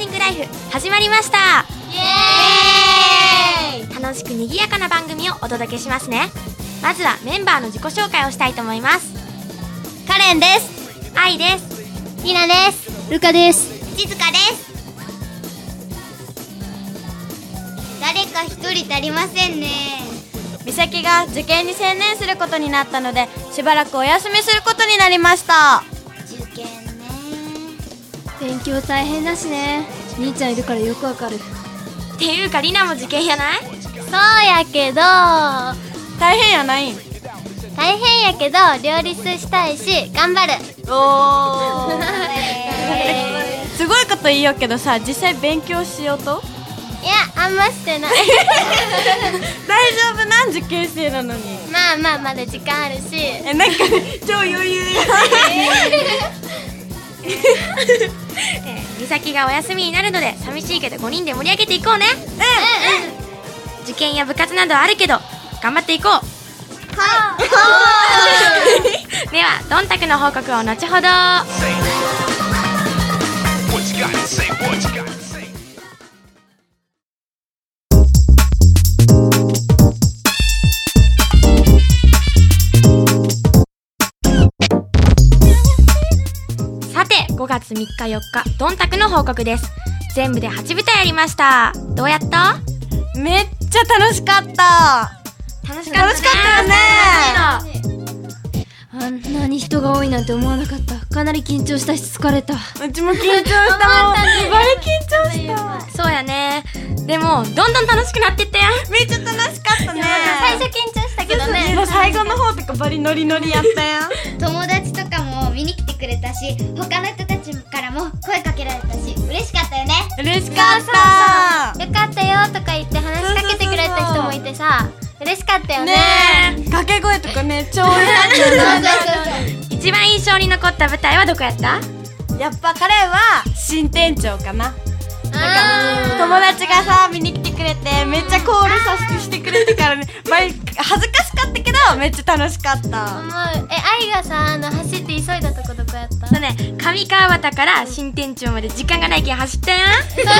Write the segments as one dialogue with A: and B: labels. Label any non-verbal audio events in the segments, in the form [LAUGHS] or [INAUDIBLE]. A: 始まりました
B: イエーイ
A: 楽しく賑やかな番組をお届けしますねまずはメンバーの自己紹介をしたいと思います
B: カレンです
A: 愛です
B: りなですルカですちずかです誰か一人足りませんね
A: 美咲が受験に専念することになったのでしばらくお休みすることになりました
B: 受験ね
C: 勉強大変だしね兄ちゃんいるからよくわかる
A: っていうかりなも受験やない
B: そうやけど
A: 大変やないん
B: 大変やけど両立したいし頑張る
A: おーすごいこと言いようけどさ実際勉強しようと
B: [LAUGHS] いやあんましてない
A: 大丈夫なん受験生なのに
B: まあまあまだ時間あ [LAUGHS] るし
A: えなんか超余裕美咲がお休みになるので寂しいけど5人で盛り上げていこうねうん、受験や部活などあるけど頑張っていこうはい [LAUGHS] ではどんたくの報告を後ほど
D: What you gotta say, what you gotta say.
A: さて5月3日4日どんたくの報告です全部で8部隊やりましたどうやった
C: めっちゃ楽しかった
A: 楽し
C: 楽しかったよね
A: ね
C: あんなに人が多いなんて思わなかったかなり緊張したし疲れた
A: うちも緊張したもん。れ緊張した。そうやね。でも、どんどん楽しくなってったやん。めっちゃ楽しかったね。
B: 最初緊張したけどね
C: 最後の方とかバリノリノリやったやん
B: 友達とかも見に来てくれたし他の人たちからも声かけられたし嬉しかったよね
C: 嬉し
B: かよかったよとか言って話しかけてくれた人もいてさ嬉しかったよね
C: ねえ掛け声とかね超
B: そうそう
A: 一番印象に残った舞台はどこやった
C: やっぱ彼は新店長かな
B: そうそう
C: 友達がさ見に来てくれてめっちゃコールさしてくれてからねバリ恥ずかしかったけどめっちゃ楽しかった
B: 思うえ愛がさあの走って急いだとこどこや [LAUGHS] った
A: そうね、上川端から新店長まで時間がないけん走ったやん。結局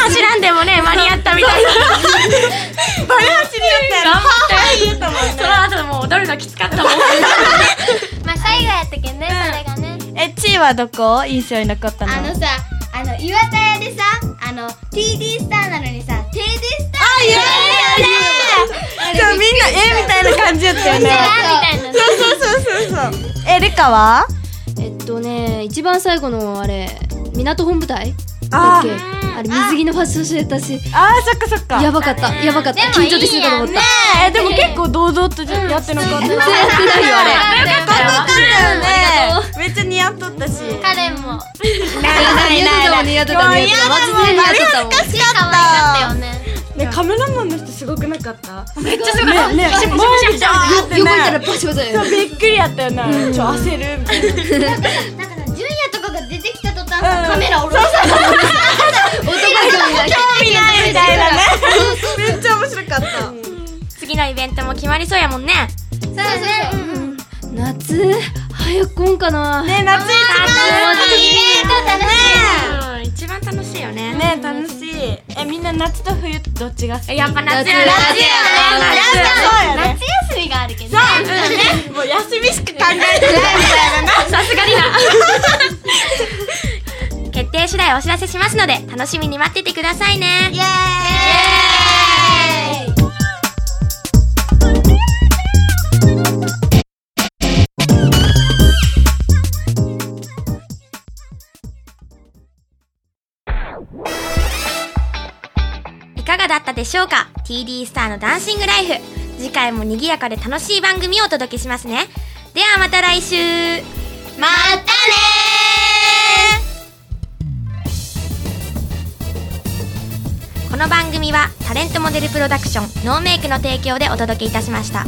A: 走らんでもね、間に合ったみたいな。
C: バリ走りやったやろ言うたもんね
A: その後もう踊るのきつかったもん。
B: [LAUGHS] まあ最後やったけんねそれがね
C: え、チーはどこ印象に残ったの
E: あのさ、あの岩田屋でさ、あの TD スターなのにさ、TD スター
C: あ、言われるよねじゃあみんな、えみたいな感じやったよね
B: じゃあみたいなね
C: そうそうそうそうそうえ、ルカは
F: えっとね一番最後のあれ港本部隊だ
C: あ
F: っけあれ水着のファッションしてたし
C: あー、そっかそっか
F: やばかったやばかった緊張で死ぬかと思った
C: え、でも結構堂々とやってなかったよね
F: 全然やってないよあれ
C: めっちゃ似合っとったし
B: カレンも
F: 似合ってた似合ってた似合ってたマジで似合ってたもん
B: しか可愛かったよね
C: ね、カメラマンの人すごくなかった
A: めっちゃすごかった。
C: ね、もうみたい
F: 横
C: な
F: 行った
C: や
F: ら
C: っ
F: パシパシだ
C: て
F: よ
C: ねびっくりやったよなちょ、焦るみたいな
E: なんかさ、ジュニアとかが出てきた途端さ、カメラ下ろした
F: 男の興味ない
C: 興味ないみたいなねめっちゃ面白かった
A: 次のイベントも決まりそうやもんね。
E: そうそうそう
F: [LAUGHS] 夏早く来んかな
C: ね、夏一番楽
A: うん、一番楽しいよね。
C: ね楽しいえみんな夏と冬とどっちが好き
A: えやっぱ夏やね。
F: 夏やね
C: 夏そうやね
B: 夏休みがあるけどね
C: そうもう休みしか考えてないみたいな
A: さすがリナ決定次第お知らせしますので楽しみに待っててくださいね
B: イエーイ
A: いかがだったでしょうか TD スターのダンシングライフ次回も賑やかで楽しい番組をお届けしますねではまた来週またねこの番組はタレントモデルプロダクションノーメイクの提供でお届けいたしました